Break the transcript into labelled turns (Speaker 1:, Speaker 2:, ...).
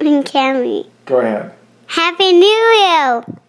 Speaker 1: and Camry.
Speaker 2: Go ahead.
Speaker 1: Happy New Year!